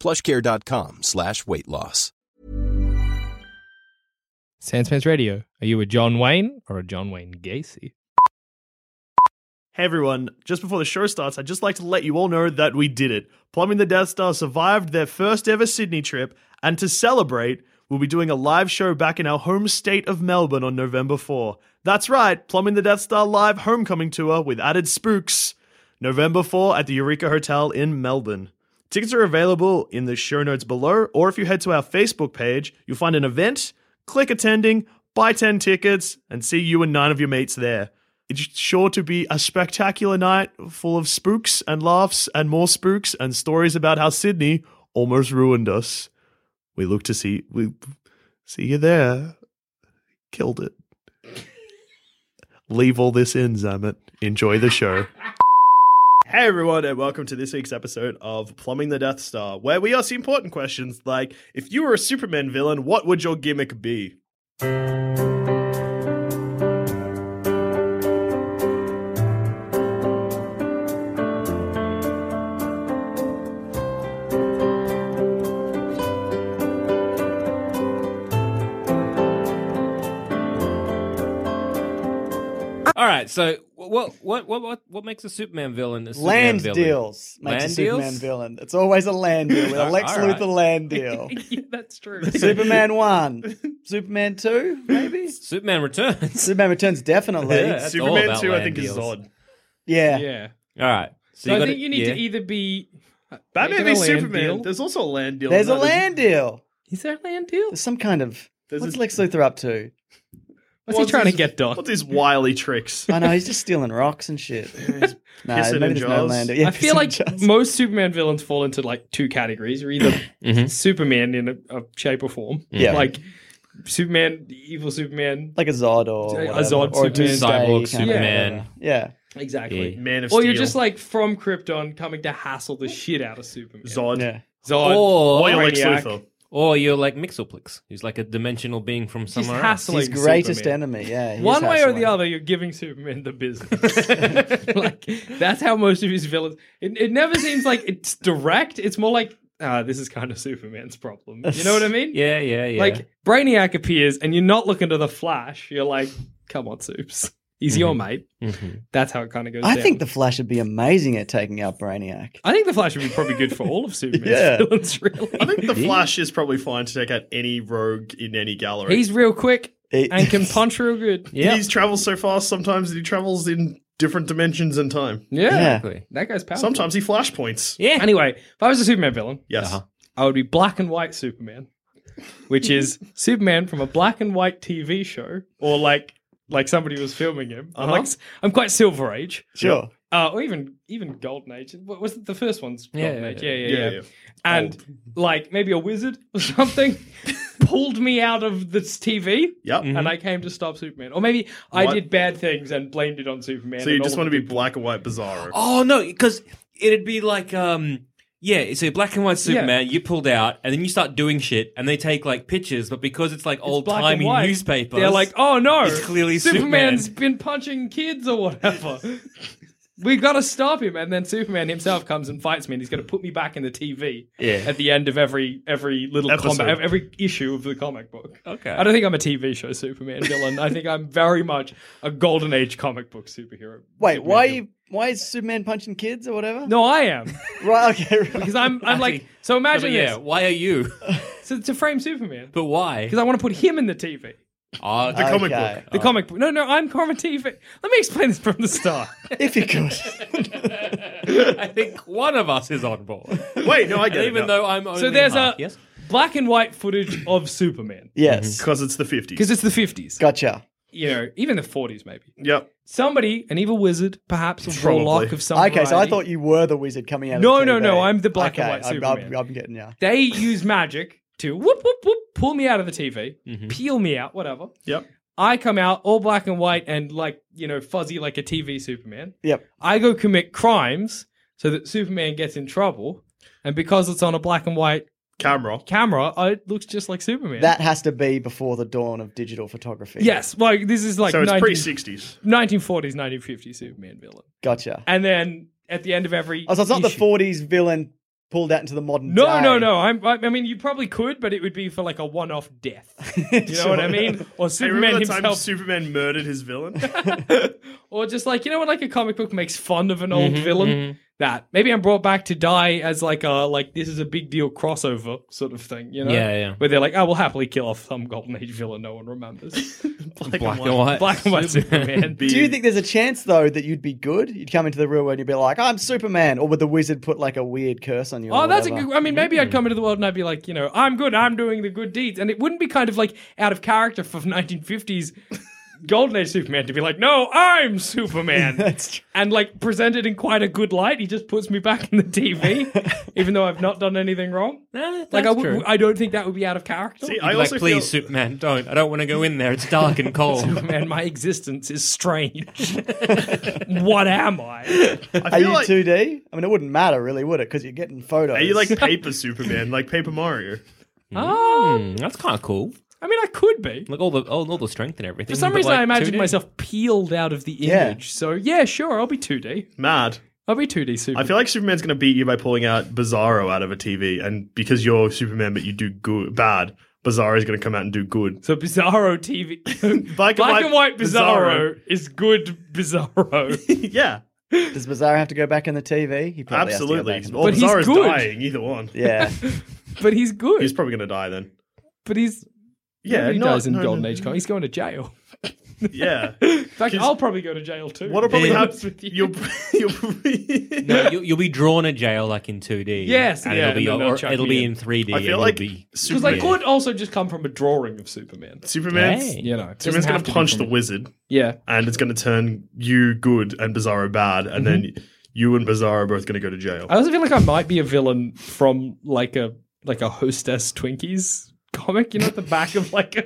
Plushcare.com slash weight loss. Sandspants Radio. Are you a John Wayne or a John Wayne Gacy? Hey everyone, just before the show starts, I'd just like to let you all know that we did it. Plumbing the Death Star survived their first ever Sydney trip, and to celebrate, we'll be doing a live show back in our home state of Melbourne on November 4. That's right, Plumbing the Death Star live homecoming tour with added spooks. November 4 at the Eureka Hotel in Melbourne. Tickets are available in the show notes below, or if you head to our Facebook page, you'll find an event, click attending, buy 10 tickets, and see you and nine of your mates there. It's sure to be a spectacular night full of spooks and laughs and more spooks and stories about how Sydney almost ruined us. We look to see we see you there. Killed it. Leave all this in, Zamet. Enjoy the show. Hey everyone, and welcome to this week's episode of Plumbing the Death Star, where we ask the important questions like if you were a Superman villain, what would your gimmick be? All right. So what what what what what makes a Superman villain a Superman land villain? deals makes Land a Superman deals? villain. It's always a land deal. With a All- Lex all right. Luthor land deal. yeah, that's true. Superman one, Superman two, maybe. Superman returns. Superman Returns definitely. Yeah, Yeah. that's all Superman about 2, I land think, is deals. Zod. yeah. All right. So, I gotta- think you need yeah. to either be Batman making v a land Superman. deal. There's also a land deal. There's a No, land deal. Is there a land deal? There's some kind of. There's what's a- Lex Luthor up to? What's he trying to get done? What's his wily tricks? I know he's just stealing rocks and shit. no, pissing in maybe there's no jars. land deal. Yeah, I feel like pissing in jars. most Superman villains fall into like two categories. You're either Mhm. Superman in a, a shape or form, Yeah. like Superman, evil Superman, like a Zod or A whatever, Zod or a Superman. Doomsday Cyborg kind of Superman. whatever. Yeah, exactly. Yeah. Man of Or Steel. you're just like from Krypton, coming to hassle the shit out of Superman. Zod. yeah. Zod. Or, Or you're Lex Brainiac. Luthor. or you're like Mixelplix, who's like a dimensional being from He's somewhere else. hassling His greatest Superman. enemy. Yeah, he's One way or hustling. the other, you're giving Superman the business. like that's how most of his villains. It, it never seems like it's direct. It's more like ah, this is kind of Superman's problem. You know what I mean? Yeah, yeah, yeah. Like Brainiac appears, and you're not looking to the Flash. You're like, come on, Supes. He's your mate. Mhm. That's how it kind of goes. Mm-hmm. I down. think the Flash would be amazing at taking out Brainiac. I think the Flash would be probably good for all of Superman's Yeah. villains. Really, I think the Flash is probably fine to take out any rogue in any gallery. he's real quick It- and can punch real good. yeah. He's travels so fast sometimes that he travels in different dimensions and time. Yeah, Exactly. that guy's powerful. Sometimes he flashpoints. Yeah. Anyway, if I was a Superman villain, Yes. Uh-huh. I would be black and white Superman, which is Superman from a black and white TV show, or like like somebody was filming him. I'm like I'm quite Silver Age, Sure. uh, or even even Golden Age. What was it, the first one's Yeah, Golden yeah, Age? yeah. Yeah, yeah, Yeah, yeah. yeah. And like maybe a wizard or something pulled me out of this TV. Yep. And I came to stop Superman, or maybe I What? did bad things and blamed it on Superman. So you and just all want the to be people- black and white Bizarro. Oh no, because it'd be like um yeah, so black and white Superman, you pulled out, and then you start doing shit, and they take like pictures, but because it's like old black timey and white. newspapers, They're like, oh no, It's clearly Superman's Superman." been punching kids or whatever. we gotta stop him. And then Superman himself comes and fights me, and he's gonna put me back in the TV Yeah. at the end of every every little Episode. comic, ev- every issue of the comic book. Okay. I don't think I'm a TV show Superman villain. I think I'm very much a golden age comic book superhero. Wait, Superman why villain. you, why is Superman punching kids or whatever? No, I am Right, okay. Right. because I'm I'm like so. Imagine But yeah, this. why are you? So to frame Superman. But why? Because I want to put him in the TV. Oh, the comic Okay. The comic book. No, no, I'm Common TV. Let me explain this from the start. If you could. I think one of us is on board. book. Wait, no, I And get even it. though I'm only so there's half, a yes? black and white footage of Superman. yes. because it's the 50s. Because it's the 50s. Gotcha. You know, even the 40s maybe. Yep. Somebody, an evil wizard, perhaps a Probably. warlock of some Okay, so I variety. thought you were the wizard coming out. of No, the no, TV. no, I'm the black and Okay, white I'm- Superman. I'm, I'm getting you. they use magic to whoop whoop whoop pull me out of the TV, Mm-hmm. peel me out, whatever. Yep. I come out all black and white and like you know fuzzy like a TV Superman. Yep. I go commit crimes so that Superman gets in trouble, and because it's on a black and white Camera. camera, I- it looks just like Superman. That has to be before the dawn of digital photography. yes, like this is like So it's 19- pre 60s. 1940s, 1950s Superman villain, Gotcha. and then at the end of every Oh, so it's not the issue- 40s villain pulled out into the modern No, day. no, no. I'm, I, I mean, you probably could, but it would be for like a one-off death. You know what I mean? Or Hey, Superman remember the time himself, Superman murdered his villain? or just like you know what, like a comic book makes fun of an old Mm-hmm, villain. That maybe I'm brought back to die as like a like this is a big deal crossover sort of thing. You know? Yeah, yeah. Where they're like, oh, we'll happily kill off some golden age villain no one remembers. Black, and white. Black and white Superman. Do you think there's a chance though that you'd be good? You'd come into the real world and you'd be like, "I'm Superman," or would the wizard put like a weird curse on you? or Oh, that's a whatever? good. I mean, maybe I'd come into the world and I'd be like, you know, I'm good. I'm doing the good deeds, and it wouldn't be kind of like out of character for 1950s Golden Age Superman to be like, no, I'm Superman. That's true. And like presented in quite a good light, he just puts me back in the TV, even though I've not done anything wrong. like I, that's w- true. w- I don't think that would be out of character. See, I'd I be also like, please, feel, Superman, don't. I don't want to go in there. It's dark and cold. Man, my existence is strange. what am I? I Are feel you like, 2D? I mean, it wouldn't matter really, would it? Because you're getting photos. Are you like paper Superman, like Paper Mario? Oh, Hmm, that's kind of cool. I mean, I could be. Like all the all, all the strength and everything. For some but, reason, like, I imagined 2D. myself peeled out of the image. Yeah. So yeah, sure, I'll be 2D. Mad. I'll be 2D super. I feel like Superman's going to beat you by pulling out Bizarro out of a TV, and because you're Superman, but you do good, bad, Bizarro's going to come out and do good. so Bizarro TV, Black and white Bizarro, Bizarro. is good Bizarro. yeah, Does Bizarro have to go back in the TV? He probably has to go absolutely. back in the- Or But he's Bizarro's good. dying, either one. Yeah. but he's good. He's probably going to die then. but he's Yeah, he not- dies in no, Golden no, Age. Con. He's going to jail. Yeah. In fact, I'll probably go to jail too. What'll probably Yeah. happen? With you. You'll, you'll probably. No, you, you'll be drawn to jail like in 2D. Yes, and yeah, it'll be, and then they'll or, chuck it'll me be in. in 3D. I feel and like it'll be, Because like Superman. could also just come from a drawing of Superman. Superman's, Hey. You know, Superman's Doesn't going have to be punch from the it. wizard, Yeah, and it's going to turn you good and Bizarro bad, and then you and Bizarro are both going to go to jail. Mm-hmm. I also feel like I might be a villain from like a like a hostess Twinkies comic, you know, at the back of like a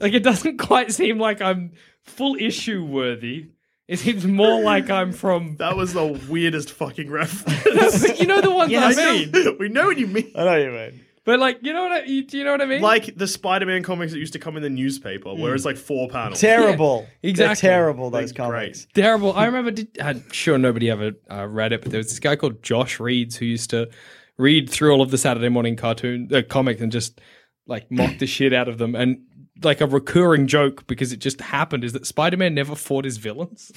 like it doesn't quite seem like I'm full issue worthy. It seems more like I'm from that was the weirdest fucking reference. you know the ones I I mean. know- we know what you mean. I know what you mean. But like you know what I you, do you know what I mean? Like the Spider-Man comics that used to come in the newspaper, Mm. where it's like four panels. Terrible. exactly. They're terrible, those Great. comics. terrible. I remember, did, I'm sure nobody ever uh, read it, but there was this guy called Josh Reeds who used to read through all of the Saturday morning cartoon uh, comic and just like mock the shit out of them. And like a recurring joke because it just happened is that Spider Man never fought his villains.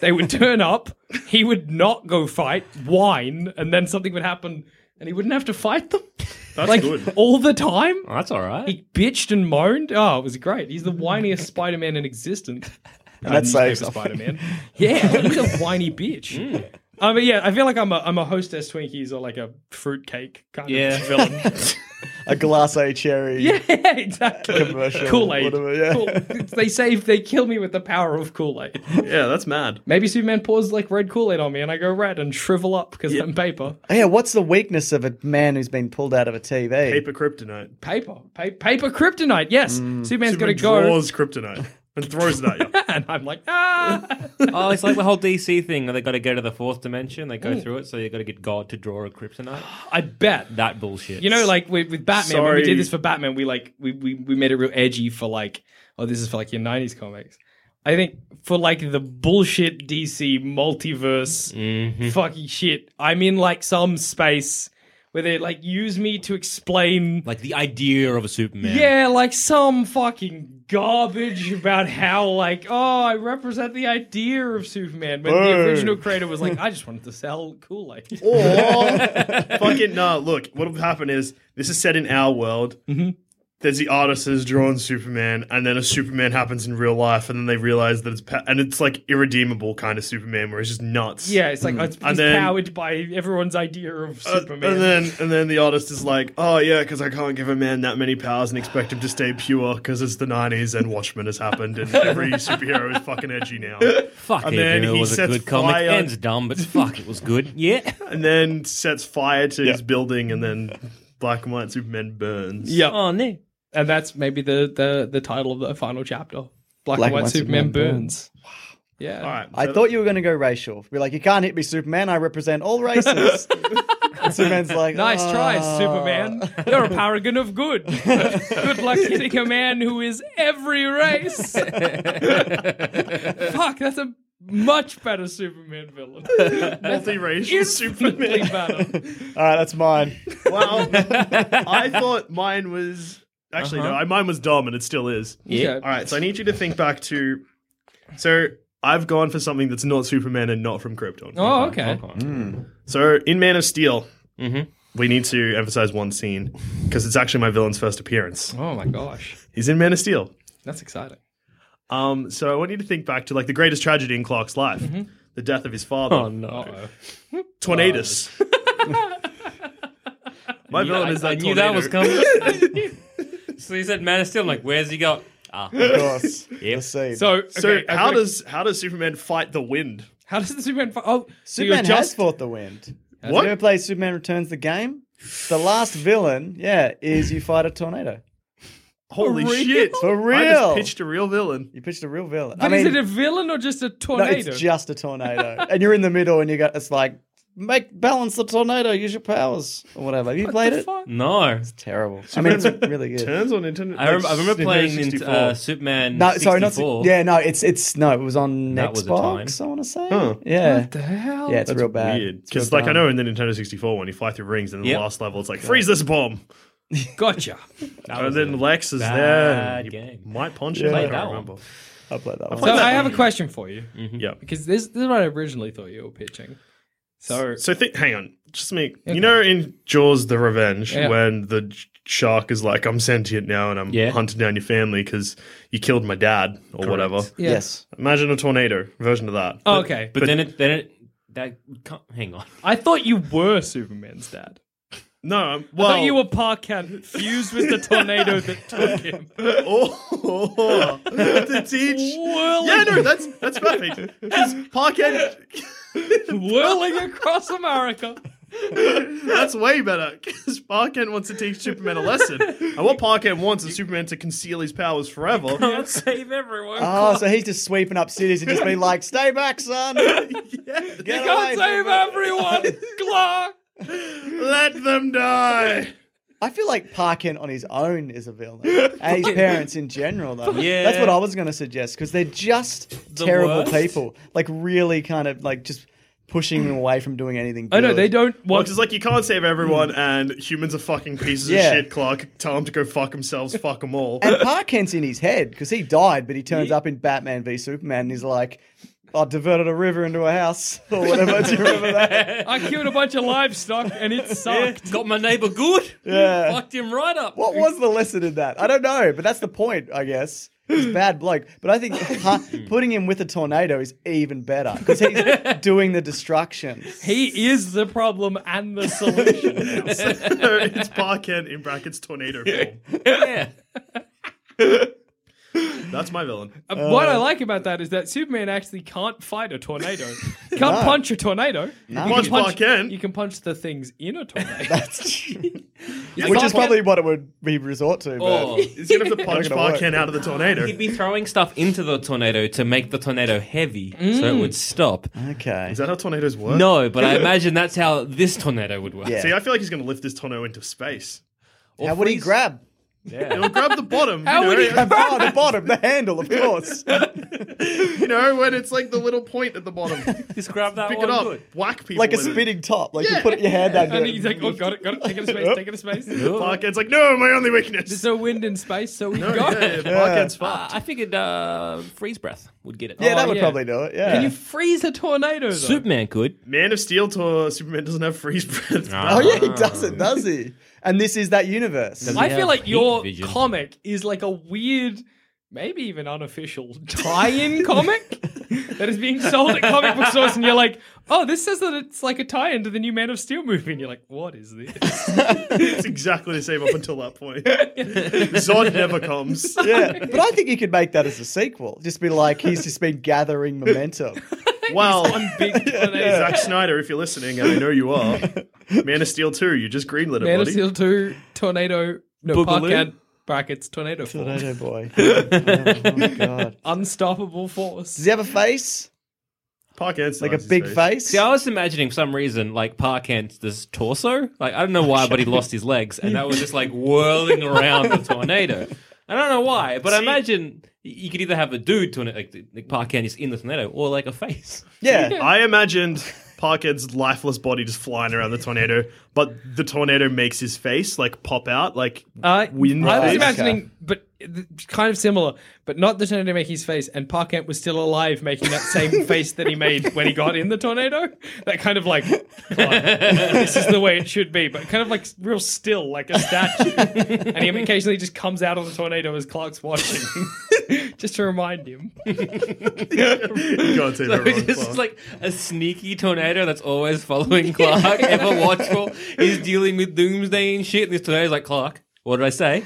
They would turn up, he would not go fight, whine, and then something would happen and he wouldn't have to fight them. That's like good. all the time. Oh, that's all right. He bitched and moaned. Oh, it was great. He's the whiniest Spider Man in existence. That's so Spider Man. Yeah, he's a whiny bitch. I mean, yeah, I feel like I'm a I'm a hostess Twinkies or like a fruitcake kind Yeah. of villain. A glacé cherry. yeah, exactly. Commercial, Kool Aid. whatever, yeah. They save. They kill me with the power of Kool Aid. Yeah, that's mad. Maybe Superman pours like red Kool Aid on me, and I go red and shrivel up because I'm paper. Oh, Yeah, what's the weakness of a man who's been pulled out of a TV? Paper kryptonite. Paper, pa- paper kryptonite. Yes, Superman's Superman gonna go, draws kryptonite and throws it at you. and I'm like, ah. oh, it's like the whole DC thing. where They got to go to the fourth dimension. They go through it, so you got to get God to draw a kryptonite. I bet That bullshit. You know, like with, with Batman, when we Sorry. did this for Batman, we like we, we we made it real edgy for like, oh, this is for like your '90s comics. I think for like the bullshit Mm-hmm. DC multiverse fucking shit, I'm in like some space where they like use me to explain Like the idea of a Superman. yeah, like some fucking garbage about how like oh I represent the idea of Superman, but the original creator was like I just wanted to sell Kool Aid. Fucking no. Look, what will happen is this is set in our world. Mm-hmm. There's the artist who's drawn Superman, and then a Superman happens in real life, and then they realize that it's pa- and it's like irredeemable kind of Superman where it's just nuts. Yeah, it's like oh, it's, And it's then- powered by everyone's idea of Uh, Superman. And then and then the artist is like, oh yeah, because I can't give a man that many powers and expect him to stay pure because it's the '90s and Watchmen has happened and every superhero is fucking edgy now. Fuck And it. then it he was a sets good comic. fire- Ends dumb, but fuck, it was good. Yeah. And then sets fire to his building, and then black and white Superman burns. yeah, Oh, no. and that's maybe the the the title of the final chapter. Black, and White Superman, burns. Yeah. All right. I so- thought you were going to go racial. Be like, you can't hit me, Superman. I represent all races. And Superman's like, Nice try, "Ah." Superman. You're a paragon of good. good luck hitting a man who is every race. Fuck, that's a much better Superman villain. multiracial Infinitely Superman. better. All right, that's mine. well, I thought mine was actually no, I mine was dumb, and it still is. Yeah. All right, so I need you to think back to. So I've gone for something that's not Superman and not from Krypton. Oh, okay. So in Man of Steel, Mm-hmm. we need to emphasize one scene because it's actually my villain's first appearance. Oh my gosh. He's in Man of Steel. That's exciting. Um, so I want you to think back to like the greatest tragedy in Clark's life, Mm-hmm. the death of his father, Oh, Uh-oh. Tornadoes. my villain is that I knew that was tornado. coming. so he said, "Man, it's still like, where's he got?" Ah, Of course. yeah. Let's see. So, So okay, I've how got- does how does Superman fight the wind? how does the Superman fi- Oh, so you're Superman has just fought the wind. What? You ever play Superman Returns the game? The last villain, yeah, is you fight a tornado. Holy real? shit! For I just real? pitched a real villain. You pitched a real villain. But I mean, is it a villain or just a no, tornado? it's just a tornado, and you're in the middle, and you got it's like make balance the tornado, use your powers or whatever. Have you played the it? fuck? No, Terrible. I mean, it's really good. Turns on Nintendo. I, rem- I remember Nintendo playing in, 64. uh, Superman. No, 64. sorry, not si- yeah, no, it's it's no, it was on That was a time. Xbox. I want to say, Huh. yeah, What the hell? yeah, it's real bad. Weird, It's real because like I bad. know in the Nintendo 64 one, you fly through rings, and the Yep. last level it's like freeze this bomb, Gotcha. and then Lex is there. bad and you game. Might punch him. Played I don't that one. remember. I played that one. So I have a question for you. Yeah. because this, this is what I originally thought you were pitching. So So think, hang on, just me. You know, in Jaws: The Revenge, Yeah. when the j- shark is like, "I'm sentient now, and I'm Yeah. hunting down your family because you killed my dad or whatever." yeah. Yes, Imagine a tornado version of that. Oh, okay, but, then it, then it, that can't, hang on. I thought you were Superman's dad. No, I'm- I well, thought you were Park Kent fused with the tornado that took him. oh, to teach. Whirling, Yeah, no, that's that's perfect. 'Cause Park End, whirling across America. that's way better. Because Park End wants to teach Superman a lesson, and what Park End wants is Superman to conceal his powers forever. Save everyone. oh, so he's just sweeping up cities and just being like, "Stay back, son, get away." God from save me." everyone. Clark. Let them die. I feel like Parkin on his own is a villain, and his parents in general, though. Yeah. that's what I was going to suggest because they're just terrible worst. people, like really kind of like just pushing them away from doing anything. Good. I know they don't Well, want. it's like you can't save everyone, and humans are fucking pieces Yeah. of shit. Clark, tell them to go fuck themselves. Fuck them all. And Parkin's in his head because he died, but he turns up in Batman v Superman and he's like, I diverted a river into a house or whatever. Do you remember that? I killed a bunch of livestock and it sucked. Got my neighbor good. Yeah. Fucked him right up. What was the lesson in that? I don't know, but that's the point, I guess. He's a bad bloke. But I think ha- putting him with a tornado is even better because he's doing the destruction. He is the problem and the solution. so it's Barkent in brackets tornado form. Yeah. That's my villain. Uh, what I like about that is that Superman actually can't fight a tornado. Can't punch a tornado. You Punch punch, Barkent. you can punch the things in a tornado. That's true. Which is probably what it would be resort to. Or But Oh. He's gonna have to punch gonna work. Barkent out of the tornado. he'd be throwing stuff into the tornado to make the tornado heavy, so Mm. it would stop. okay. Is that how tornadoes work? No, but I imagine that's how this tornado would work. Yeah. See, I feel like he's gonna lift this tornado into space. How would he freeze- grab? He'll grab the bottom. How you know, would he Oh, the bottom, the handle, of course. you know, when it's like the little point at the bottom. Pick Just grab that it one. up, Good. whack people. like a with it. spinning top. Like you put your hand down. And do he's it. like, oh, got it, got it. Take it to space. Take it to space. Fuck, it's like, no, my only There's weakness. no wind in space, so we No, got yeah, it. Ah. yeah, Barcad's Uh, fucked. I figured uh, freeze breath would get it. Yeah, Oh, that would yeah. probably do it. Yeah. Can you freeze a tornado? Though? Oh, Superman could. Man of Steel tour Superman doesn't have freeze breath. oh yeah, Ah. he doesn't, does he? And this is that universe. Does- I We feel have like heat your vision. comic is like a weird, maybe even unofficial tie-in comic that is being sold at comic book stores, and you're like, oh, this says that it's like a tie-in to the new Man of Steel movie, and you're like, what is this? It's exactly the same up until that point. Zod never comes. yeah, but I think you could make that as a sequel. Just be like, he's just been gathering momentum. Well, Big tornado. Zack Snyder, if you're listening, and I know you are, Man of Steel 2, you just greenlit it, Man of buddy. Steel two tornado no Boogaloo? podcast brackets tornado force. Tornado boy. Oh, oh my god. unstoppable Does force. he have a face? Parkhead's Like nice, a his big face. face? See, I was imagining for some reason like Park Kent's this torso. Like I don't know why, but he lost his legs, and that was just like whirling around the tornado. I don't know why, but I See- imagine y- you could either have a dude to like, like Park Kent is in the tornado, or like a face. yeah. I imagined Parkhead's lifeless body just flying around the tornado, but the tornado makes his face like pop out, like Uh, wind I was face. imagining, but th- kind of similar, but not the tornado making his face. And Park Kent was still alive, making that same face that he made when he got in the tornado. That kind of like, "God, this is the way it should be, but kind of like real still, like a statue. and he occasionally just comes out of the tornado as Clark's watching, just to remind him. you can't say that wrong. This Clark. is like a sneaky tornado that's always following Clark, ever watchful. He's dealing with doomsday and shit, and this tornado's like, Clark, what did I say?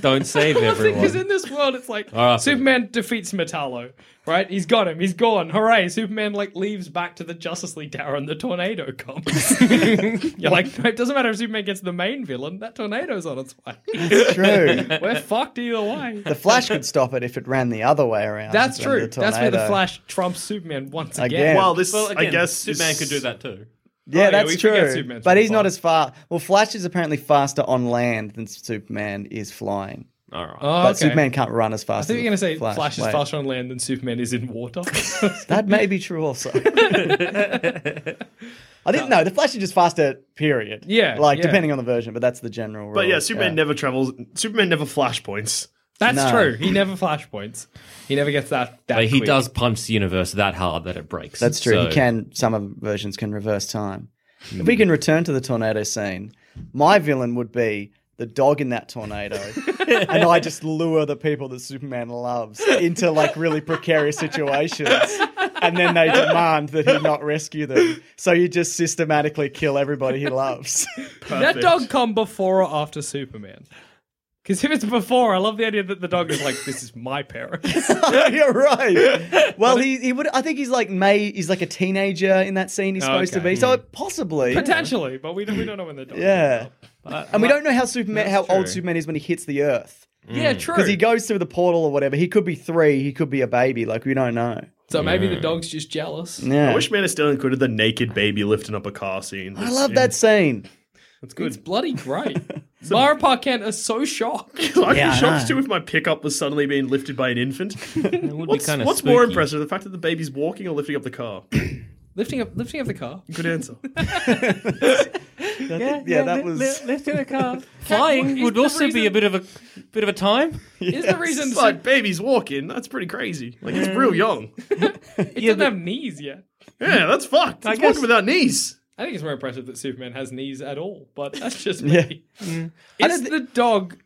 Don't save Because everyone. in this world, it's like All right. Superman defeats Metallo, right? He's got him. He's gone. Hooray! Superman like leaves back to the Justice League Tower, and the tornado comes. You're like, no, it doesn't matter if Superman gets the main villain. That tornado's on its way. True. We're fucked either way. The Flash could stop it if it ran the other way around. That's than true. the That's where the tornado. Flash trumps Superman once Again. again. well, this Well, again, I guess Superman is- could do that too. Yeah, Oh, yeah, that's we forget true. Superman's But on he's not fire. as far. Well, Flash is apparently faster on land than Superman is flying. All right. Oh, But okay. Superman can't run as I fast. think as you're gonna say Flash, Flash, is Wait. faster on land than Superman is in water. That may be true also. I didn't know. The Flash is just faster, period. Yeah, Like, yeah. depending on the version, but that's the general rule. But yeah, Superman never travels. Superman never flashpoints. That's No. true. He never flashpoints. He never gets that. that But he quick. does punch the universe that hard that it breaks. That's true. So- You can. Some of versions can reverse time. If we can return to the tornado scene, my villain would be the dog in that tornado, and I just lure the people that Superman loves into like really precarious situations, and then they demand that he not rescue them. So you just systematically kill everybody he loves. Did that dog come before or after Superman? Because if it's before, I love the idea that the dog is like, "This is my parents." You're right. Well, he, he would. I think he's like May. He's like a teenager in that scene. He's supposed to Oh, Okay. be. So it possibly. potentially, but we don't, we don't know when the dog. Yeah. and we don't know how Superman, how That's old true. Superman is when he hits the Earth. yeah, true. Because Mm. he goes through the portal or whatever. He could be three. He could be a baby. Like we don't know. so maybe the dog's just jealous. Yeah. I wish Man of Steel included the naked baby lifting up a car scene. I love that scene. That's It's good. bloody great. Mara Parkent is so shocked. I'd Yeah, I be shocked know. too if my pickup was suddenly being lifted by an infant. It would What's, be kind of what's more impressive, the fact that the baby's walking or lifting up the car? lifting up, lifting up the car. Good answer. Yeah, yeah, that was. lifting the car. Flying would also be a bit of a bit of a time. Is the reason It's Superman like babies walking. That's pretty crazy. Like it's real young. it doesn't have knees yet? Yeah, that's fucked. It's guess- walking without knees. I think it's more impressive that Superman has knees at all, but that's just Yeah. Mm. me. Is the dog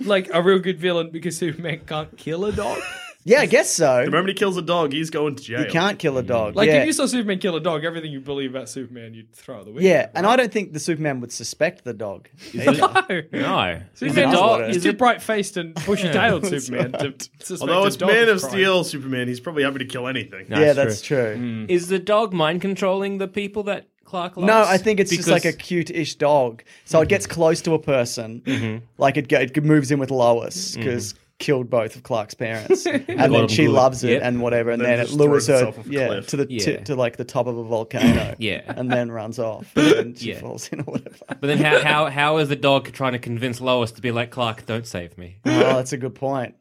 like a real good villain because Superman can't kill a dog? Yeah, I guess so. The moment he kills a dog, he's going to jail. You can't kill a dog. Like yeah. if you saw Superman kill a dog, everything you believe about Superman, you'd throw out the window. yeah, and I don't think the Superman would suspect the dog. either. No. No. Is it Superman That's dog? what it He's Is too it bright faced and bushy tailed Superman to suspect Although a it's dog Man of of crime. Steel, Superman, he's probably happy to kill anything. yeah, that's true. Hmm. Is the dog mind controlling the people that Clark loves? No, I think it's just Because- like a cute-ish dog. So it gets close to a person, like it, go- it moves in with Lois because killed both of Clark's parents, and then them she good. loves it Yep. and whatever, and Then then, it just lures throws her itself off a yeah cliff. to the Yeah. to, to like the top of a volcano, Yeah. and then runs off, and then she Yeah. falls in or whatever. Oh, But then how, how how is the dog trying to convince Lois to be like Clark? Don't save me. Oh, that's a good point.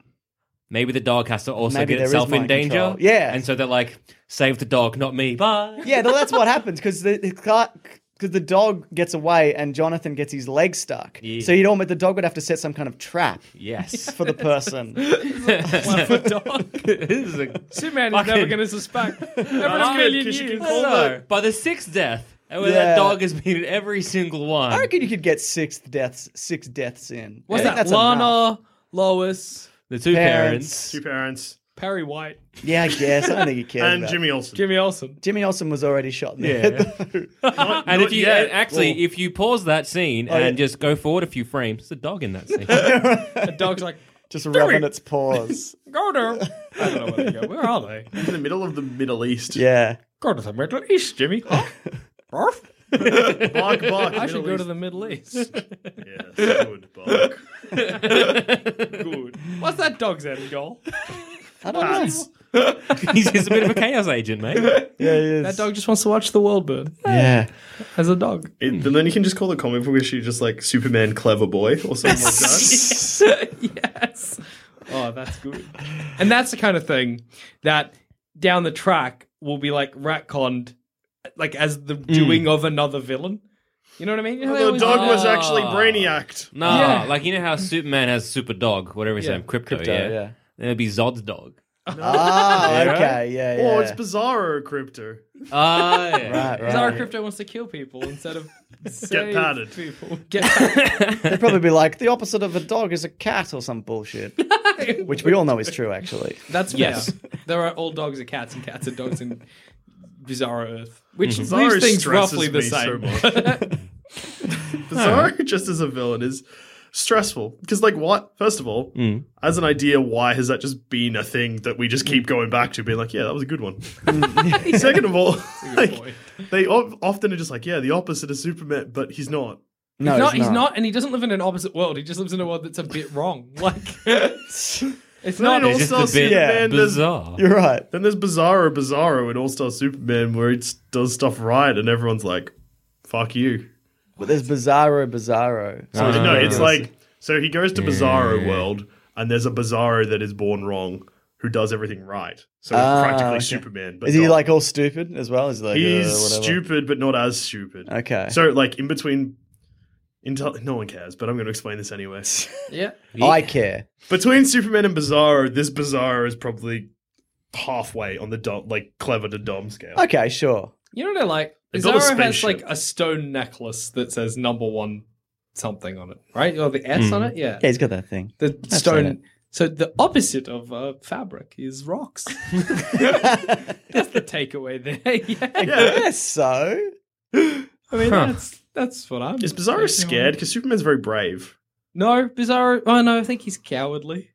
Maybe the dog has to also Maybe get there is itself in mind danger. control. Yeah. And so they're like, save the dog, not me. Bye. Yeah, well, that's what happens because the because the dog gets away and Jonathan gets his leg stuck. Yeah. So you'd almost the dog would have to set some kind of trap Yes. for the person. One foot dog. this is a Superman is Fucking- never going to suspect. Never in a Right. million 'Cause you can years. call So, the- by the sixth death, and where Yeah. that dog has been in every single one. I reckon you could get six deaths, six deaths in. What's I think that? that's enough. Lana, Lois, the two parents. Parents. Two parents Perry White, Yeah, I guess. I don't think you cared. and about. Jimmy Olsen. Jimmy Olsen. Jimmy Olsen was already shot. Yeah. And if you yet. and actually, if you pause that scene yeah. and just go forward a few frames, there's a dog in that scene. The dog's like, Just rubbing its paws. go to. I don't know where they go. Where are they? in the middle of the Middle East. Yeah. Go to the Middle East, Jimmy. Huh? Barf? Bark, bark. I Middle should go East. to the Middle East. Yes, good bark. Good. What's that dog's end goal? I don't know. He's just a bit of a chaos agent, mate. Yeah, it is. That dog just wants to watch the world burn Yeah. as a dog. It, and then you can just call the comic book issue just like Superman Clever Boy or something like that. yes. Oh, that's good. And that's the kind of thing that down the track will be like retconned, like as the doing of another villain. You know what I mean? You know, they the always dog do was that. actually Brainiac. No, Yeah. like you know how Superman has Super Dog, whatever his Yeah, name, Crypto, Crypto, yeah. yeah. Then it'd be Zod's dog. Ah, okay. Yeah, yeah. Oh, it's Bizarro Crypto. Ah, yeah. Right, right. Bizarro Crypto wants to kill people instead of save patted. people. Get patted. They'd probably be like, the opposite of a dog is a cat or some bullshit. Which we all know is true, actually. That's fair. Yes. There are all dogs are cats and cats are dogs in Bizarro Earth, which Bizarro leaves things Mhm. stresses roughly the me so same. much. Bizarro, just as a villain, is stressful because, like, what? First of all, Mm. as an idea, why has that just been a thing that we just keep going back to, being like, yeah, that was a good one. Second of all, like, point. they o- often are just like, yeah, the opposite of Superman, but he's not. No, No, it's he's not. and he doesn't live in an opposite world. He just lives in a world that's a bit wrong. Like, it's not. Then in just All-Star a bit Superman, there's- Bizarre. You're right. Then there's Bizarro Bizarro in All Star Superman where he s- does stuff right and everyone's like, fuck you. But there's Bizarro Bizarro. So no, it's like, so he goes to Bizarro World and there's a Bizarro that is born wrong who does everything right. So he's Ah, practically okay. Superman. But is he not- like all stupid as well? Is he like, uh, he's whatever? stupid, but not as stupid. Okay. So, like, in between. Intel- no one cares, but I'm going to explain this anyway. Yeah. I care. Between Superman and Bizarro, this Bizarro is probably halfway on the dumb, like clever to dumb scale. Okay, sure. You know what I like? They built a Bizarro has spaceship. like a stone necklace that says number one something on it, right? Or the S on it? Yeah. Yeah, he's got that thing. The seen it. stone. So the opposite of uh, fabric is rocks. that's the takeaway there. yeah. Yes, so. I mean, Huh. that's that's what I'm. Is Bizarro taking scared? away. Because Superman's very brave. No, Bizarro. Oh no, I think he's cowardly.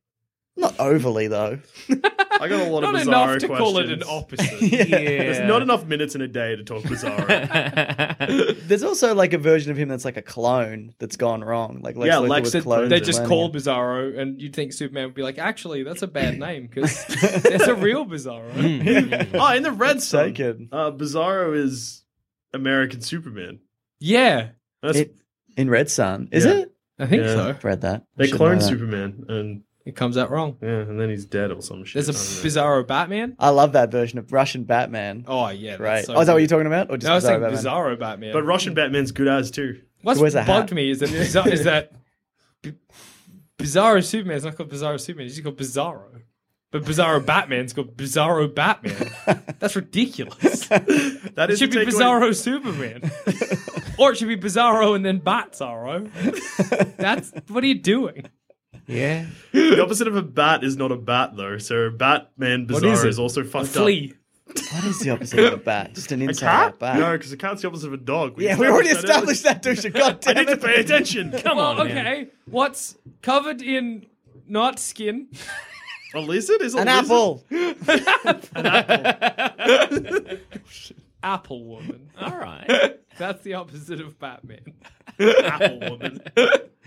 Not overly, though. I got a lot Not of Bizarro enough to questions. call it an opposite. Yeah. There's not enough minutes in a day to talk Bizarro. There's also like a version of him that's like a clone that's gone wrong. Like Lex Yeah, Luthor Lex was did- cloned They to just Lenny. call Bizarro, and you'd think Superman would be like, actually, that's a bad name because there's a real Hmm. Bizarro. oh, in the Red Sun, Taken. uh, Bizarro is American Superman. yeah, That's, It- in Red Sun. Is Yeah. it? I think Yeah. so. Read that. they Should know cloned that. Superman, and It comes out wrong. yeah, and then he's dead or some shit. There's a I don't know. Bizarro Batman. I love that version of Russian Batman. Oh yeah, that's right. So oh, is that what good. you're talking about? Or just No, I was Bizarro saying Batman? Bizarro Batman. But Russian Batman's good as too. what's He wears a hat. bugged me is that Bizarro, is that B- Bizarro Superman is not called Bizarro Superman. He's just called Bizarro. But Bizarro Batman's called Bizarro Batman. That's ridiculous. That It is should be the takeaway. Bizarro Superman. or it should be Bizarro and then Batzarro. That's what are you doing? yeah. The opposite of a bat is not a bat though. So Batman What is Bizarro it? is also fucked Flea. up. What is the opposite of a bat? Just an A inside cat? out bat. No, because a cat's the opposite of a dog. yeah, we already estabtablished that. that, douche. God earlier. damn I need it. to pay attention. Come Well, okay. What's covered in not skin? A lizard is a An lizard? apple. Apple Woman. All right. That's the opposite of Batman. apple woman.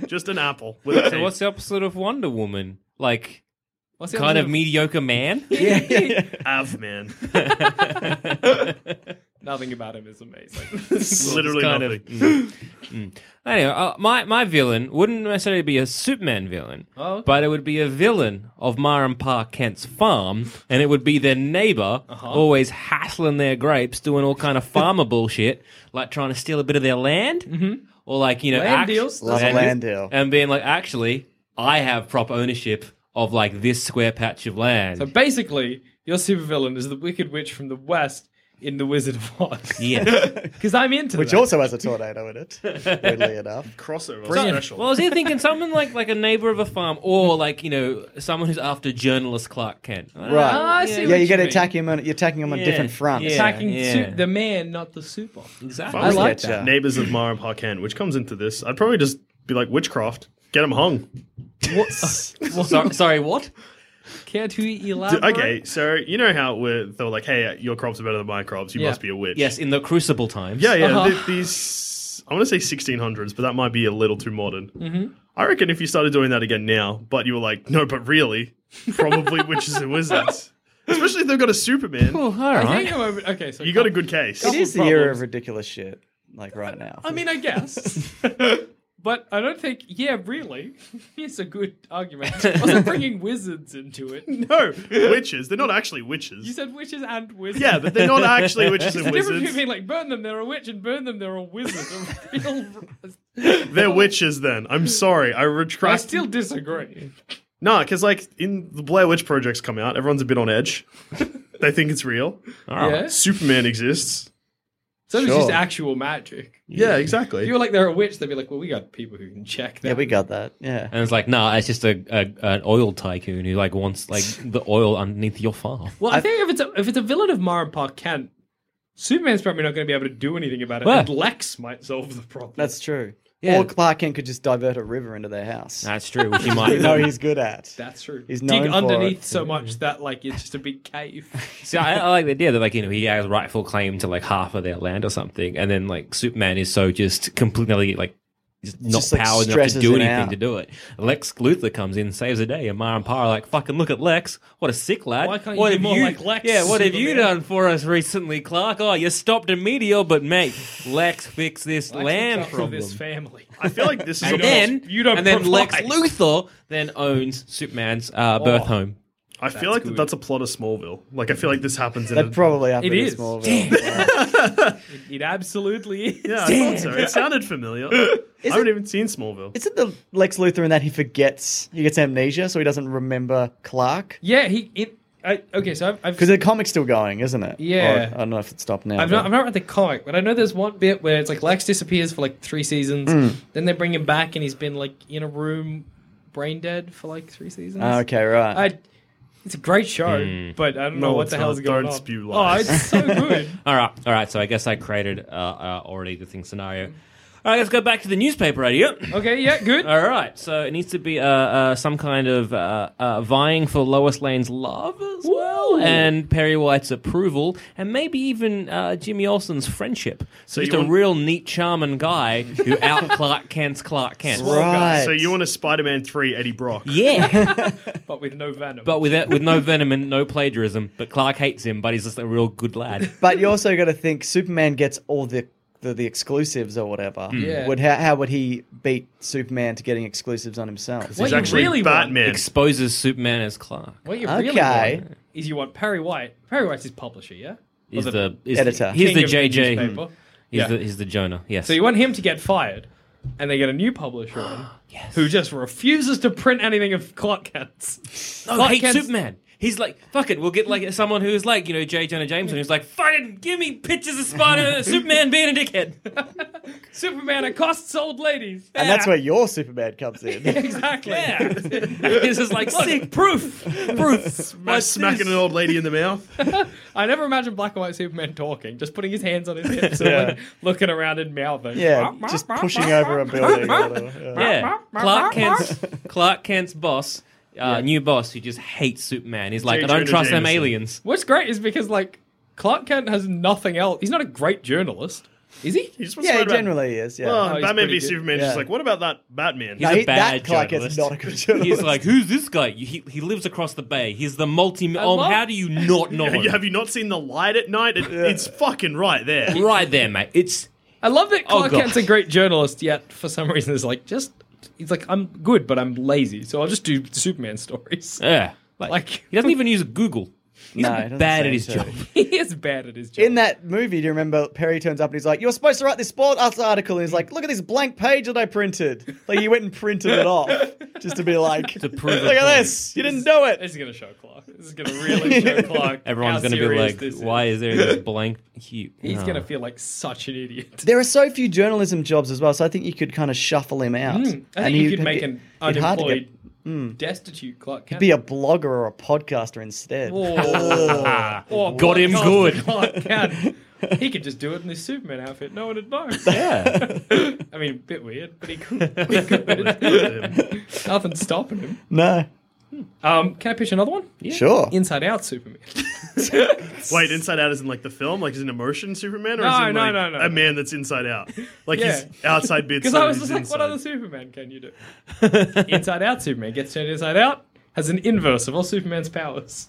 Just an apple. With a So what's the opposite of Wonder Woman? Like What's the kind opposite of mediocre man? yeah, yeah, yeah. Av man. Nothing about him is amazing. Literally kind of- nothing. Mm. Anyway, uh, my my villain wouldn't necessarily be a Superman villain, Oh, okay. but it would be a villain of Marham Park Kent's farm, and it would be their neighbor Uh-huh. always hassling their grapes, doing all kind of farmer bullshit, like trying to steal a bit of their land, mm-hmm. or like you know Land act- deals? Love a land deal. and being like, actually, I have proper ownership of like this square patch of land. so basically, your supervillain is the Wicked Witch from the West in The Wizard of Oz. yeah. Because I'm into Which that. also has a tornado in it, weirdly enough. Crossover. Special. Well, I was here thinking someone like like a neighbor of a farm, or like you know someone who's after journalist Clark Kent. I don't know. Right. Ah, I see yeah, what you got to mean. attack him on you're attacking him on Yeah, different fronts. yeah. Attacking yeah. su- the man, not the super. Exactly. I like Gotcha. that. Neighbors of Mara Parkan, which comes into this. I'd probably just be like witchcraft. Get them hung. sorry, sorry, what? Can't you D- elaborate? Okay, so you know how we're, they were like, "Hey, uh, your crops are better than my crops. You Yeah. must be a witch." Yes, in the Crucible times. Yeah, yeah. th- these, I want to say 1600s, but that might be a little too modern. Mm-hmm. I reckon if you started doing that again now, but you were like, "No, but really, probably witches and wizards." Especially if they've got a Superman, Oh, all I right. think I'm over- okay, so you got a good case. It Couple is the era problems. of ridiculous shit, like right now. I mean, I guess. but I don't think. Yeah, really. It's a good argument. Also, bringing wizards into it. No, witches. They're not actually You witches. said witches and wizards. Yeah, but they're not actually witches and the difference wizards. between like burn them, they're a witch, and burn them, they're a wizard. A real- They're witches then. I'm sorry. I I retract. still disagree. Nah, because like in the Blair Witch Project's come out, everyone's a bit on edge. they think it's real. Yeah. Superman exists. So it's just Oh, Sure. actual magic. Yeah, If exactly. you were like they're a witch, they'd be like, well, we got people who can check that. yeah, we got that. Yeah. Uh, And it's like, nah, it's just a, a an oil tycoon who like wants like the oil underneath your farm. Well, I, think if it's a, if it's a villain of Mara Park Kent, Superman's probably not going to be able to do anything about it. Well. And Lex might solve the problem. That's true. Yeah. Or Clark Kent could just divert a river into their house. That's true. Which you you might know he's good at. That's true. He's known Dig for underneath it. so Mm-hmm. much that like it's just a big cave. See, I, I like the idea that like you know he has rightful claim to like half of their land or something, and then like Superman is so just completely like just not Just, like, powered enough to stresses do it anything out. to do it. Lex Luthor comes in, saves the day, and Mara and Pa are like, "Fucking look at Lex! What a sick lad! Why can't you what be have more like Lex, Yeah, what have you Superman?" done for us recently, Clark? Oh, you stopped a meteor, but mate, Lex fixed this Lex land looks out for problem." this family. I feel like this is a and then, you don't and then Lex provide. Oh. Luthor then owns Superman's uh, birth home. I feel like that that's a plot of Smallville. Like I feel like this happens in a, That probably happened It in is. Smallville. It absolutely is. Yeah, I thought so. It sounded familiar. I haven't even seen Smallville. Isn't the Lex Luthor in that he forgets, he gets amnesia, so he doesn't remember Clark? Yeah, he. It, I, okay, so I've, I've, Because the comic's still going, isn't it? Yeah. Or- I don't know if it stopped now. I've, but- not, I've not read the comic, but I know there's one bit where it's like Lex disappears for like three seasons, Mm. then they bring him back, and he's been like in a room, brain dead for like three seasons. Ah, okay, right. I, it's a great show, but I don't Hmm. know No, what it's the hell's not. going Don't on. spew oh, lies. it's so good. All right, all right. So I guess I created uh, uh, already the thing scenario. All right, let's go back to the newspaper idea. Okay, yeah, good. All right, so it needs to be uh, uh, some kind of uh, uh, vying for Lois Lane's love as well, and Perry White's approval, and maybe even uh, Jimmy Olsen's friendship. So you just a want- real neat, charming guy who out Clark Kent's Clark Kent. right. So you want a Spider-Man three Eddie Brock? Yeah, But with no venom. but with with no venom and no plagiarism. But Clark hates him, but he's just a real good lad. But you also got to think Superman gets all the the, the exclusives or whatever. Hmm. Yeah. Would how, how would he beat Superman to getting exclusives on himself? What He's you actually really want- Batman. Exposes Superman as Clark. What you really Okay. want is you want Perry White. Perry White's his publisher, yeah? Or He's the, he's Editor. The, he's king the of JJ. newspaper. Hmm. He's Yeah. the he's the Jonah. Yes. So you want him to get fired, and they get a new publisher on, who just refuses to print anything of Clark Kent's. No, Clark Oh, hate Kent's- Superman. He's like, fuck it, we'll get like someone who's like, you know, J. Jonah Jameson, who's like, fucking give me pictures of Spider Superman being a dickhead. Superman accosts old ladies. And that's where your Superman comes in. exactly. Yeah. this is like sick proof. Proof. By smacking an old lady in the mouth. I never imagined black and white Superman talking, just putting his hands on his hips and like, looking around and mouthing. yeah, just pushing over a building. or whatever. Yeah. Yeah. Clark Kent's Clark Kent's boss, uh, new boss who just hates Superman. He's like, J. I don't Jonah trust them Jameson. aliens. What's great is because like Clark Kent has nothing else. He's not a great journalist. Is he? He just wants to Yeah, write he about- generally is. Yeah. Oh, he's Batman pretty v good. Superman. Yeah. Just like, what about that Batman? No, He's- a he- that bad guy gets journalist. not a good journalist. He's like, who's this guy? He, he lives across the bay. He's the multi. Um, love- how do you not know? him? Have you not seen the light at night? It, It's fucking right there. Right there, mate. It's I love that Oh, Clark God. Kent's a great journalist, yet for some reason is like just he's like I'm good, but I'm lazy, so I'll just do Superman stories. yeah. Like- he doesn't even use Google. He's No, he doesn't bad at seem his to. job. he is bad at his job. in that movie, do you remember Perry turns up and he's like, "You were supposed to write this sport arts article," and he's like, "Look at this blank page that I printed." Like he went and printed it off just to be like, to prove a "Look at point. this, you didn't do it." this is gonna show Clark. This is gonna really show Clark. Everyone's how going to be serious like, this is. why is there this blank? He, He's no. gonna feel like such an idiot. There are so few journalism jobs as well, so I think you could kind of shuffle him out. Mm, I think you could make an it'd hard to unemployed, destitute Clark Kent. be a blogger or a podcaster instead. Oh, Got him good. Clark Kent. He could just do it in this Superman outfit. No one would know. Yeah. I mean, a bit weird, but he could. He could. Nothing's stopping him. No, Um, can I pitch another one? sure. Inside Out Superman. Wait, Inside Out isn't like the film, like is an emotion Superman, or No, is it no, like no, no, a no. man that's inside out, like Yeah. he's outside bits. Because I was he's just like, inside. what other Superman can you do? inside Out Superman gets turned inside out, has an inverse of all Superman's powers.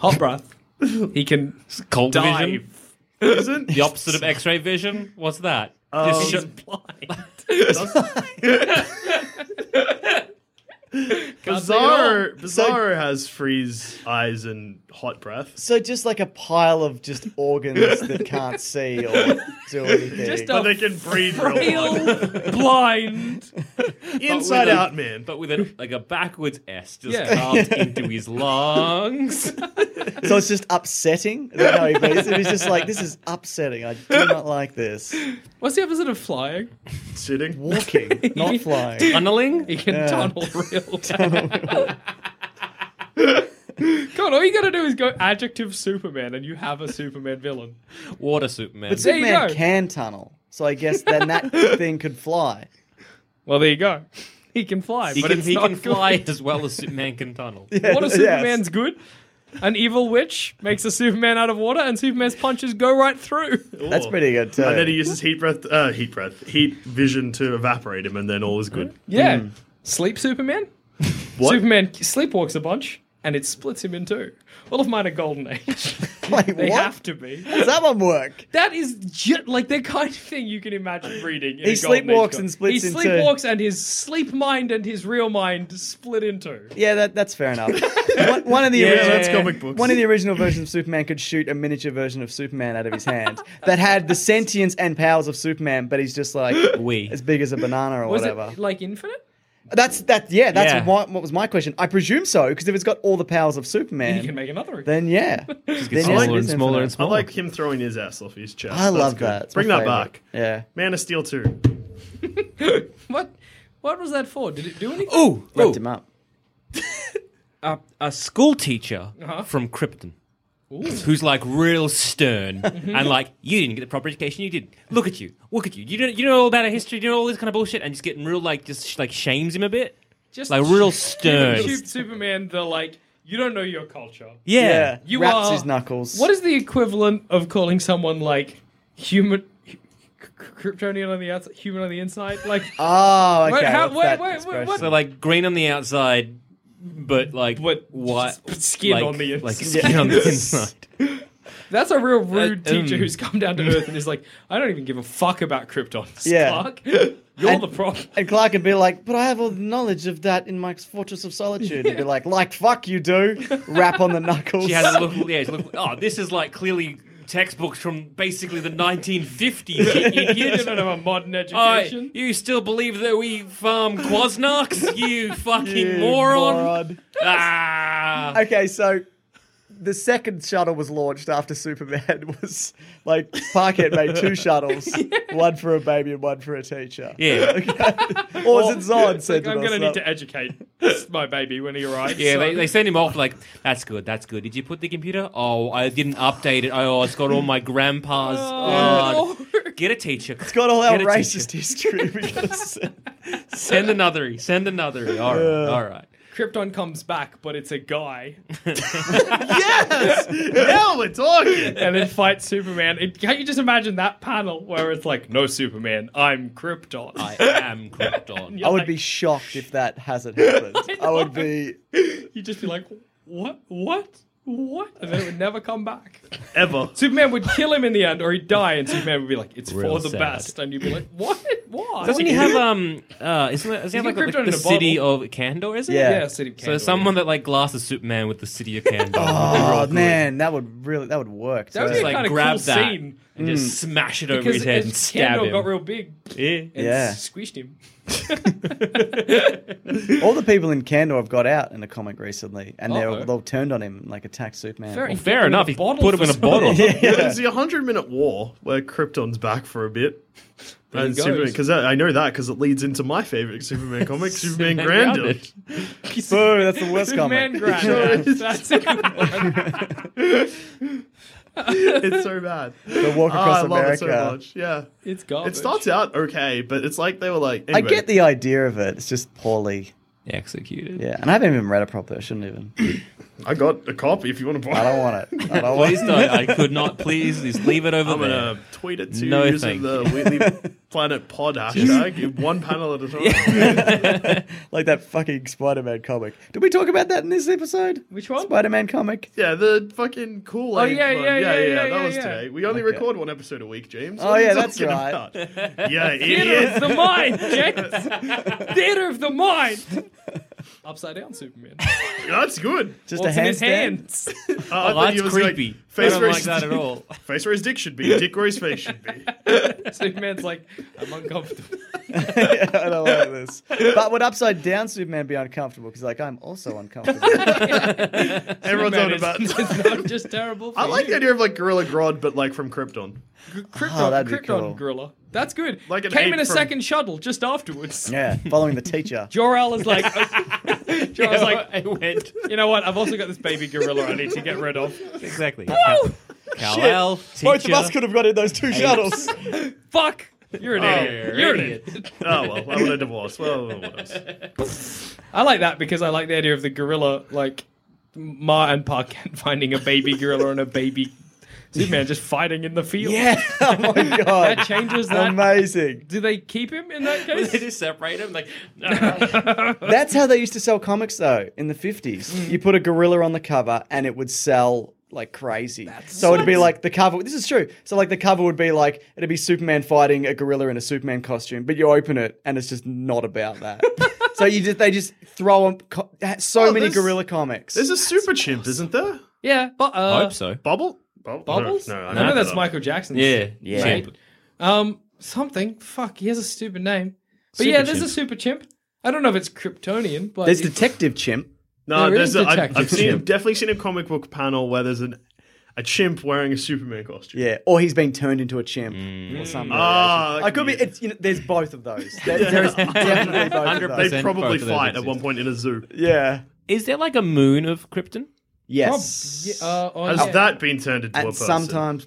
Hot breath. He can Cold dive. vision. The opposite of X-ray vision. What's that? Just He's sh- blind. Bizarro, Bizarro has freeze eyes and hot breath. So just like a pile of just organs that can't see or do anything. Just But they a can breathe real hard. real blind. Inside with a- out, man. but with a, like a backwards S just Yeah. carved into his lungs. So it's just upsetting. Is that how he plays it? He's just like, this is upsetting. I do not like this. What's the opposite of flying? Sitting. Walking, not flying. Tunneling? He can tunnel real. God, all you gotta do is go adjective Superman, and you have a Superman villain. Water Superman. But There you Superman go. can tunnel, so I guess then that thing could fly. Well, there you go. He can fly, He but can, it's he not can good. fly as well as Superman can tunnel. What Yes. if Superman's good? An evil witch makes a Superman out of water, and Superman's punches go right through. That's Ooh. pretty good too. And then he uses heat breath, uh, heat breath, heat vision to evaporate him, and then all is good. Yeah. Hmm. Sleep Superman? What? Superman sleepwalks a bunch, and it splits him in two. All of mine are golden age. Like they what? have to be. Does that one work? That is ju- like the kind of thing you can imagine reading. In He a Golden Age sleepwalks book. and splits He in two. sleepwalks and his sleep mind and his real mind split in two. Yeah, that, that's fair enough. One, one of the original, that's comic books. One of the original versions of Superman could shoot a miniature version of Superman out of his hand that had the sentience and powers of Superman, but he's just like We. as big as a banana or Was whatever. it like infinite? That's that. Yeah, that's Yeah. Why, what was my question. I presume so because if it's got all the powers of Superman, You can make another. then yeah, Then yes, smaller it and is smaller and infinite. I smaller. like him throwing his ass off his chest. I love That's good. that. It's my Bring that favourite. back. Yeah. Man of Steel 2. what? What was that for? Did it do anything? Ooh, Wrapped him ooh. up. A, a school teacher from Krypton. Who's like real stern and like you didn't get the proper education you did. Look at you, look at you. You don't, you know all about our history. You know all this kind of bullshit, and just getting real like just sh- like shames him a bit, Just like real stern. Shoot Superman. The like you don't know your culture. yeah. Yeah, You wraps are- his knuckles. What is the equivalent of calling someone like human, K- Kryptonian on the outside, human on the inside? Like Oh, okay. Wait, how- that's wait, that wait, wait, expression. what- So like green on the outside, but like But what just skin like- on the inside. like skin on the inside. That's a real rude Uh, teacher um. who's come down to earth and is like, I don't even give a fuck about Krypton, Yeah. Clark. You're And- the problem. And Clark would be like, but I have all the knowledge of that in my Fortress of Solitude. He'd be like, like, fuck you do. Rap on the knuckles. She has a look. Yeah, she's look. Oh, this is like clearly textbooks from basically the 1950s. You You idiot. don't have a modern I- education. you still believe that we farm quasnarks? You fucking You moron! moron. Ah. Okay, so the second shuttle was launched after Superman was like, Parkhead made two shuttles, one for a baby and one for a teacher. Yeah, Or as it Zod said Like, I'm to going to us, need to educate my baby when he arrives. yeah. so- They, they send him off like, "That's good, that's good." Did you put the computer? Oh, I didn't update it. Oh, it's got all my grandpa's. Oh, Oh, no. Get a teacher. It's got all our Get a racist teacher. history. Because Send another. Send another. All right. All right. Krypton comes back, but it's a guy, yes! now we're talking! and then fights Superman. It, can't you just imagine that panel where it's like, "No, Superman, I'm Krypton." I am Krypton. You're I would like- be shocked if that hasn't happened. I would be. You'd just be like, "What? What? What?" And then it would never come back. Ever. Superman would kill him in the end, or he'd die, and Superman would be like, "It's Real for the sad. best," and you'd be like, "What? Why?" Doesn't he have um? Uh, isn't that, You isn't get that like Krypton the, in a the city of Kandor? Is it? Yeah. Yeah, City of So Candor, someone that like glasses Superman with the city of Kandor. Oh man, that would really that would work. That would too. Just be a like kinda grab cool that scene. and just smash it over because his head as and stab Kandor him. got real big and Yeah. squished him. All the people in Kandor have got out in a comic recently, and Uh-oh. they're they've turned on him and like attacked Superman. Fair- Well, He put fair him enough. in a He bottle put him for in a bottle. There's the 100 minute war where Krypton's back for a bit. he And goes. Superman, because I, I know that because it leads into my favorite Superman comic, Superman Grandeur. Grounded. Boo, that's the worst comic. Man grab. That's a good one. It's so bad. The walk Ah, I across love it so America. much. Yeah, It's garbage. it starts out okay, but it's like they were like. I Anyway, get the idea of it. It's just poorly. Executed. Yeah, and I haven't even read it properly. I shouldn't even. I got a copy if you want to buy. I it. don't want it. I don't want Please it. don't. I could not. Please just leave it over I'm there. gonna tweet it to No, you using thank the Wheatley Planet Pod hashtag. one panel at a time. Like that fucking Spider Man comic. Did we talk about that in this episode? Which one? Spider Man comic. Yeah, the fucking cool. Oh, yeah, yeah, yeah, yeah, That yeah, was yeah. today. We only record one episode a week, James. Oh, What are yeah, you that's talking right. about? yeah, Theater idiot. of the mind, James. Theater of the mind. Upside down Superman. That's good. Just What's a in his handstand. hands? Uh, Oh, I thought that's you was like, creepy. I face don't where like his- that at all. Face where his dick should be. Dick where his face should be. Superman's like, I'm uncomfortable. I don't like this. But would upside down Superman be uncomfortable? Because like I'm also uncomfortable. Everyone's on Superman about. is- It's not just terrible. For I like the you. idea of like Gorilla Grodd, but like from Krypton. Krypton, Oh, that'd be Krypton cool. gorilla. That's good. Like an Came in ape a from- second shuttle just afterwards. yeah, following the teacher. Jor-El is like, Jor-El's like, I went you know what? I've also got this baby gorilla I need to get rid of. exactly. Kal-El, teacher. Both of us could have got in those two shuttles. Fuck! You're an Oh, idiot. You're an idiot. Oh well, I want a divorce. Well, what else? I like that because I like the idea of the gorilla, like Ma and Pa Kent finding a baby gorilla and a baby Superman just fighting in the field. yeah. Oh my god. That changes that. Amazing. Do they keep him in that they case? just separate him. Like, That's how they used to sell comics though in the Mm. 50s. You put a gorilla on the cover and it would sell like crazy. so it'd be like the cover this is true. So like the cover would be like it'd be Superman fighting a gorilla in a Superman costume, but you open it and it's just not about that. so you just they just throw on co- so Oh, many this- gorilla comics. There's a super chimp, isn't there? Yeah, but uh, I hope so. Bubble. Bubble? Bubbles? No, I no, made that's that up. Michael Jackson. Yeah. Yeah. Chimp. Um, something. Fuck, he has a stupid name. But Super yeah, there's chimp. a super chimp. I don't know if it's Kryptonian, but There's it's- Detective Chimp. No, There there's is a, I've, Detective I've seen Chimp. definitely seen a comic book panel where there's an a chimp wearing a Superman costume. Yeah, or he's been turned into a chimp or something. Ah, I could be. It's, you know, there's both of those. There, there is definitely both of those. They Send probably both of those fight at exist. one point in a zoo. Yeah. Is there like a moon of Krypton? Prob- Yes. yeah, uh, on- Has yeah. that been turned into a and person? sometimes,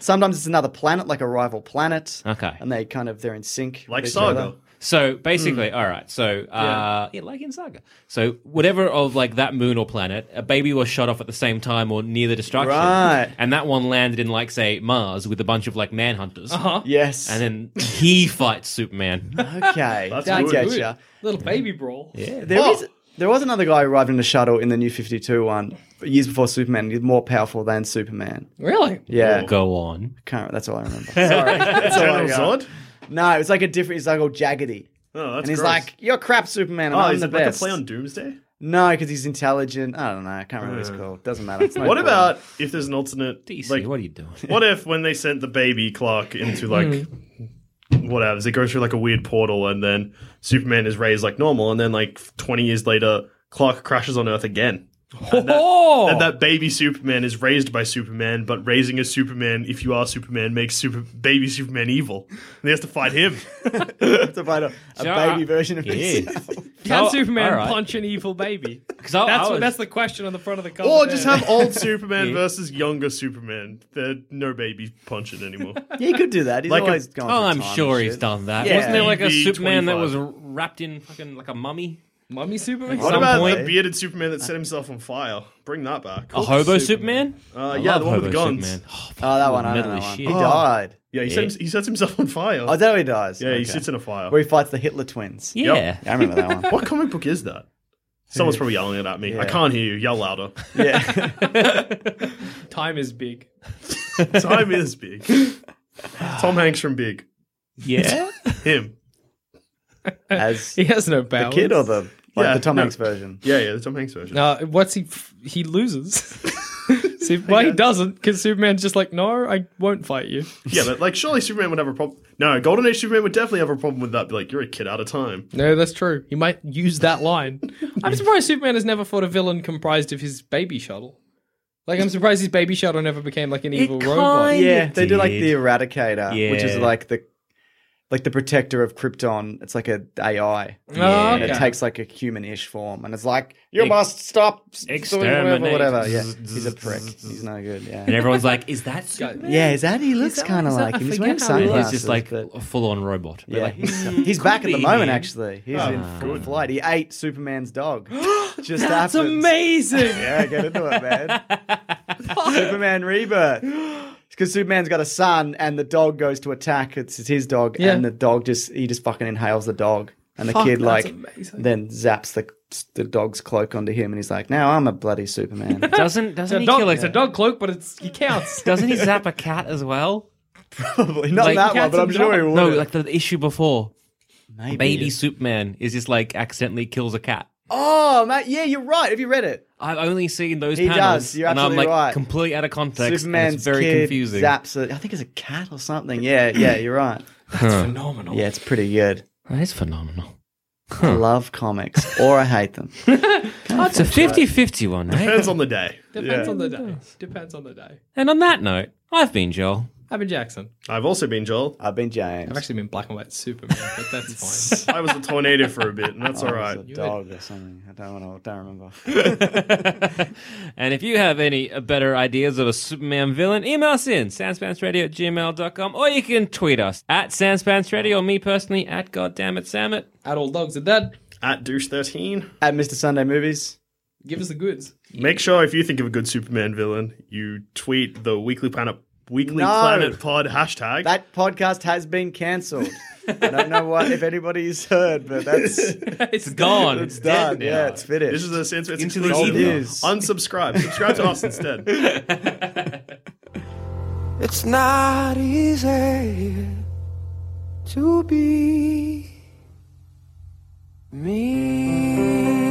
sometimes it's another planet, like a rival planet. Okay. And they kind of they're in sync. like with each Saga. other. So basically, Hmm. all right. So uh, yeah. like in Saga. So whatever of like that moon or planet, a baby was shot off at the same time or near the destruction, Right. And that one landed in like say Mars with a bunch of like manhunters, Oh. Huh? Yes. and then he fights Superman. okay, That's I good. get Ooh, ya. Little baby brawl. Yeah. There Oh. is- there was another guy who arrived in a shuttle in the New Fifty Two one years before Superman. He's more powerful than Superman. Really? Yeah, Go on. can't. That's all I remember. Sorry. That's all General I got. Zod? No, it's like a different. It's like all jaggedy. Oh, that's and he's gross. like, "You're crap, Superman. And oh, I'm is the it like a best." play on Doomsday? No, because he's intelligent. I don't know. I can't remember what he's called. Doesn't matter. It's no Uh. What point. about if there's an alternate? DC, like, what are you doing? what if when they sent the baby Clark into like Hmm. whatever, it goes through like a weird portal, and then Superman is raised like normal, and then like 20 years later, Clark crashes on Earth again. Oh, And that baby Superman is raised by Superman, but raising a Superman, if you are Superman, makes super baby Superman evil. And he has to fight him. to find a, a Yeah. baby version of himself? Yeah. can Oh, Superman all right. punch an evil baby? 'Cause I- that's I what, was- that's the question on the front of the cover. or there. just have old Superman versus younger Superman. They're no baby punching anymore. Yeah, he could do that. He's Like a- always gone. Oh, through I'm time sure and he's shit. done that. Yeah. Wasn't there like a EV25. Superman that was wrapped in fucking like a mummy? Mummy Superman. What some about the point- bearded Superman that set himself on fire? Bring that back. A hobo Superman? Uh, I yeah, love the one with the hobo guns. Superman. Oh, Oh, that one. I Middle know that of one. shit. He died. Yeah, he, sets, he sets himself on fire. Oh, there he dies. yeah, he Okay. sits in a fire. Where he fights the Hitler twins. yeah. Yeah, I remember that one. What comic book is that? Someone's probably yelling it at me. I Yeah. can't hear you. Yell louder. yeah. Time is big. Time is big. Tom Hanks from Big. Yeah. Him. As He the has no balance. kid or the like Yeah, the Tom no. Hanks version. Yeah, yeah, the Tom Hanks version. Uh, what's he? F- he loses. See, well, he doesn't because Superman's just like, no, I won't fight you. Yeah, but like, surely Superman would have a problem. No, Golden Age Superman would definitely have a problem with that. Be like, you're a kid out of time. No, that's true. He might use that line. I'm surprised Superman has never fought a villain comprised of his baby shuttle. Like, I'm surprised his baby shuttle never became like an evil robot. kind- Yeah, they do like did. the Eradicator, which is Yeah. like the like the protector of Krypton. It's like a AI. Oh, And it okay. takes like a human-ish form, and it's like you must stop s- doing whatever, exterminate. whatever. Yeah, he's a prick. He's no good. And Yeah, everyone's like, is that Superman? yeah. Is that he looks that- kind of is that- like I him? He's wearing forget how he looks. sunglasses. He's just like but- a full on robot. They're yeah, like, he's, he's back at the be moment. him. Actually, he's Oh, in full flight. He ate Superman's dog. Just That's happens. amazing. Yeah, get into it, man. Superman Rebirth. Because Superman's got a son, and the dog goes to attack. It's, it's his dog, Yeah. and the dog just he just fucking inhales the dog, and the Fuck, kid that's like amazing. then zaps the the dog's cloak onto him, and he's like, "Now I'm a bloody Superman." doesn't doesn't It's a he dog, kill a, it's a dog cloak, but it's he counts. Doesn't he zap a cat as well? Probably not Like, that one, but I'm cats sure he would. No, like the issue before, Maybe. baby Superman is just like accidentally kills a cat. Oh, mate, yeah, you're right. Have you read it? I've only seen those He panels, does. You're and I'm absolutely like right. completely out of context. and Superman's it's very kid confusing. zaps a, I think it's a cat or something. Yeah, yeah, you're right. That's phenomenal. Yeah, it's pretty good. That is phenomenal. I love comics, or I hate them. It's a 50-50 one, eh? Depends on the day. Depends on the day. Depends on the day. and on that note, I've been Joel. I've been Jackson. I've also been Joel. I've been James. I've actually been black and white Superman, but that's fine. I was a tornado for a bit, and Oh, that's all right. It's a dog or something. I don't want to. Don't remember. And if you have any uh, better ideas of a Superman villain, email us in sanspantsradio at gmail.com or you can tweet us at sanspantsradio or me personally at goddammitsambit. At all dogs are dead. At douche13. At Mr. Sunday Movies. Give us the goods. Make sure if you think of a good Superman villain, you tweet the Weekly Planet Weekly No. Planet Pod hashtag. That podcast has been cancelled. I don't know what if anybody's heard, but that's It's gone. it's done. Yeah, it's finished. this is a sense. It's Into the exclusive. ether. Yes. Unsubscribe. Subscribe to us instead. It's not easy to be me.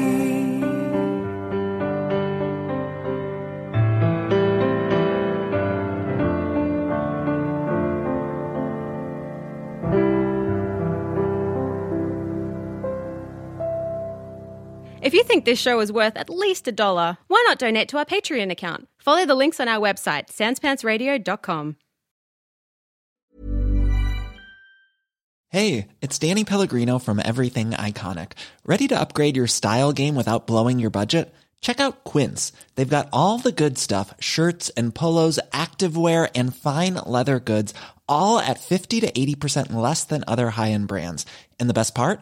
If you think this show is worth at least a dollar, why not donate to our Patreon account? Follow the links on our website, sanspantsradio.com. Hey, it's Danny Pellegrino from Everything Iconic. Ready to upgrade your style game without blowing your budget? Check out Quince. They've got all the good stuff shirts and polos, activewear, and fine leather goods, all at 50 to 80% less than other high end brands. And the best part?